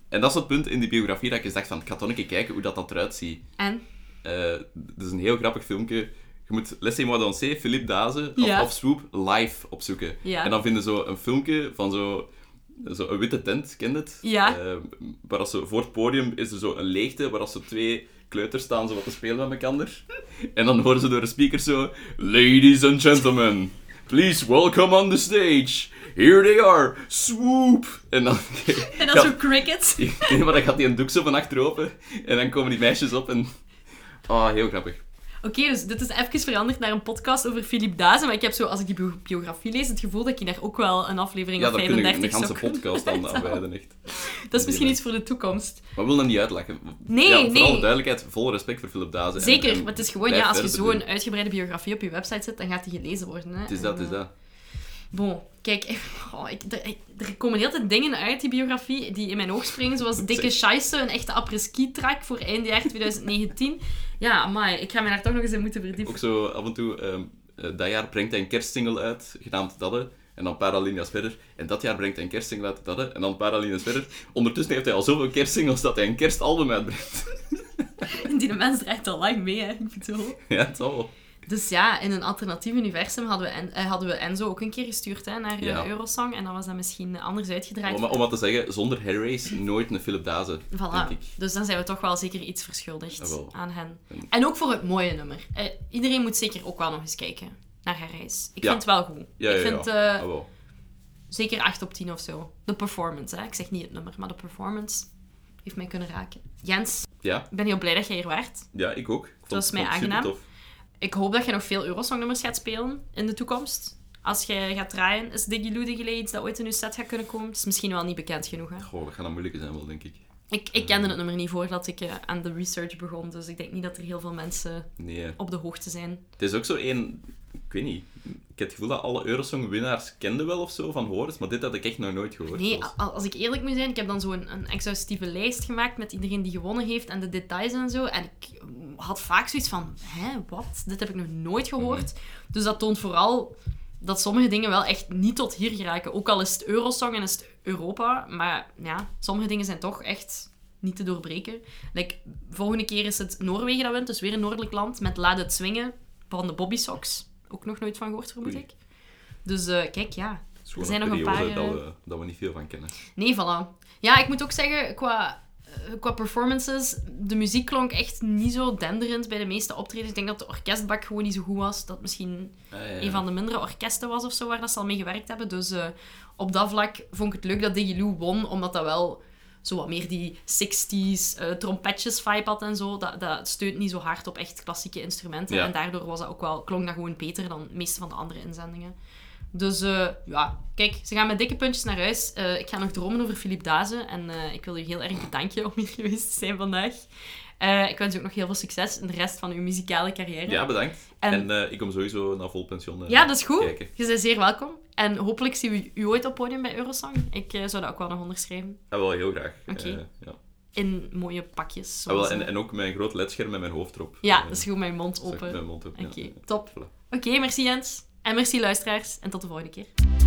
S2: En dat is het punt in die biografie dat ik eens dacht van, ik ga toch een keer kijken hoe dat, dat eruit ziet.
S1: En?
S2: Eh, het is een heel grappig filmpje. Je moet Laissez-moi danser, Philippe Daze of,
S1: Ja.
S2: of Swoop live opzoeken.
S1: Ja.
S2: En dan vinden ze zo een filmpje van zo, zo een witte tent, ken je het?
S1: Ja.
S2: Eh, waar als ze, voor het podium is er zo een leegte waar als ze twee kleuters staan zo wat te spelen met elkaar. En dan horen ze door de speaker zo... Ladies and gentlemen, please welcome on the stage. Here they are, Swoop. En dan...
S1: En dat is ook crickets.
S2: Nee, maar dan gaat die een doek zo van achteropen. En dan komen die meisjes op en... Oh, heel grappig.
S1: Oké, dus dit is even veranderd naar een podcast over Philippe Dazen. Maar ik heb zo, als ik die bio- biografie lees, het gevoel dat je daar ook wel een aflevering
S2: Ja,
S1: of
S2: daar kunnen we
S1: 35
S2: een ganse
S1: zou kunnen
S2: podcast aan
S1: uithalen.
S2: aanwijden, echt.
S1: Dat is misschien
S2: Ja.
S1: iets voor de toekomst.
S2: Maar we willen hem niet uitlachen.
S1: Nee,
S2: ja, Vooral
S1: nee.
S2: de duidelijkheid, vol respect voor Philip Dazen. en-
S1: Zeker,
S2: en
S1: maar het is gewoon,
S2: blijf
S1: ja, als je
S2: verder
S1: zo'n
S2: doen.
S1: uitgebreide biografie op je website zet, dan gaat die gelezen worden. Hè.
S2: Het is
S1: En,
S2: dat, het is
S1: eh,
S2: dat.
S1: Bon, kijk, oh, ik, er, er komen heel veel dingen uit die biografie die in mijn oog springen, zoals Dikke Scheisse, een echte apres-ski-track voor eind jaar 2019. Ja, maar ik ga me daar toch nog eens in moeten verdiepen.
S2: Ook zo af en toe, ehm, eh, dat jaar brengt hij een kerstsingle uit, genaamd Dadde. En dan een paar alinea's verder. En dat jaar brengt hij een kerstsingle uit, Dadde. En dan een paar alinea's verder. Ondertussen heeft hij al zoveel kerstsingles dat hij een kerstalbum uitbrengt.
S1: Die mens draait al lang mee, hè. Ik bedoel...
S2: ja, het zal wel.
S1: Dus ja, in een alternatief universum hadden we, en, eh, hadden we Enzo ook een keer gestuurd hè, naar eh,
S2: Ja. Oh,
S1: Eurosong. En dan was dat misschien anders uitgedraaid.
S2: Om, om wat te zeggen, zonder Harry's nooit een Philip Dazen,
S1: Voilà.
S2: denk ik. Ah,
S1: Dus dan zijn we toch wel zeker iets verschuldigd
S2: Jawel.
S1: aan hen.
S2: En-
S1: En ook voor het mooie nummer. Eh, iedereen moet zeker ook wel nog eens kijken naar haar reis. Ik
S2: Ja.
S1: vind het wel goed.
S2: Ja,
S1: ik
S2: ja,
S1: vind
S2: ja.
S1: eh,
S2: Ah, wel.
S1: zeker 8 op 10 of zo. De performance, hè. ik zeg niet het nummer, maar de performance heeft mij kunnen raken. Jens,
S2: Ja,
S1: ik ben heel blij dat jij hier waart.
S2: ja, ik ook. Ik vond-
S1: was mij
S2: vond het
S1: aangenaam.
S2: supertof.
S1: Ik hoop dat je nog veel Eurosongnummers gaat spelen in de toekomst. Als je gaat draaien, is Diggy Lou Diggy Lay iets dat ooit in uw set gaat kunnen komen? Het is misschien wel niet bekend genoeg, hè?
S2: Goh, dat gaat dan moeilijker zijn wel, denk ik.
S1: Ik, ik kende het nummer niet voordat ik eh, aan de research begon, dus ik denk niet dat er heel veel mensen
S2: Nee, hè.
S1: op de hoogte zijn.
S2: het is ook zo één... Ik weet niet. Ik heb het gevoel dat alle Eurosong-winnaars kenden wel of zo van horens, maar dit had ik echt nog nooit gehoord.
S1: Nee,
S2: zelfs.
S1: a- als ik eerlijk moet zijn, ik heb dan zo'n een exhaustieve lijst gemaakt met iedereen die gewonnen heeft en de details en zo. En ik mm, had vaak zoiets van, hè, wat? Dit heb ik nog nooit gehoord. Dus dat toont vooral dat sommige dingen wel echt niet tot hier geraken. Ook al is het Eurosong en is het Europa, maar ja, sommige dingen zijn toch echt niet te doorbreken. Like, volgende keer is het Noorwegen dat wint, dus weer een noordelijk land, met Laat het zwingen van de Bobby Sox. Ook nog nooit van gehoord, vermoed
S2: Oei.
S1: ik. Dus eh, kijk, ja.
S2: Het is gewoon
S1: er zijn
S2: een
S1: nog een
S2: periode
S1: paar, eh,
S2: dat, we, dat we niet veel van kennen.
S1: Nee, voilà. Ja, ik moet ook zeggen, qua, eh, qua performances, de muziek klonk echt niet zo denderend bij de meeste optredens. Ik denk dat de orkestbak gewoon niet zo goed was. Dat misschien een van de mindere orkesten was of zo, waar dat ze al mee gewerkt hebben. Dus eh, op dat vlak vond ik het leuk dat Diggy Lou won, omdat dat wel zo wat meer die 60s eh, trompetjes vibe had en zo. Dat, dat steunt niet zo hard op echt klassieke instrumenten.
S2: Ja.
S1: En daardoor was dat ook wel, klonk dat gewoon beter dan de meeste van de andere inzendingen. Dus eh, ja, kijk, ze gaan met dikke puntjes naar huis. Eh, ik ga nog dromen over Philippe Dazen. En eh, ik wil u heel erg bedanken om hier geweest te zijn vandaag. Eh, ik wens u ook nog heel veel succes in de rest van uw muzikale carrière.
S2: Ja, bedankt.
S1: En-
S2: En, eh, ik kom sowieso naar vol pensioen. eh,
S1: Ja, dat is goed.
S2: Kijken.
S1: Je bent zeer welkom. En hopelijk zien we u ooit op podium bij Eurosong. Ik eh, zou dat ook wel nog onderschrijven.
S2: Ah, wel, heel graag.
S1: Oké.
S2: Eh, ja.
S1: In mooie pakjes.
S2: Ah,
S1: zoals,
S2: wel, en,
S1: eh,
S2: en ook mijn groot ledscherm met mijn hoofd erop.
S1: Ja,
S2: Eh,
S1: dat is goed. Mijn mond
S2: zag ik
S1: open.
S2: Mijn mond op.
S1: Oké,
S2: nou. ja.
S1: top.
S2: Voilà.
S1: Oké, merci Jens. En merci luisteraars. En tot de volgende keer.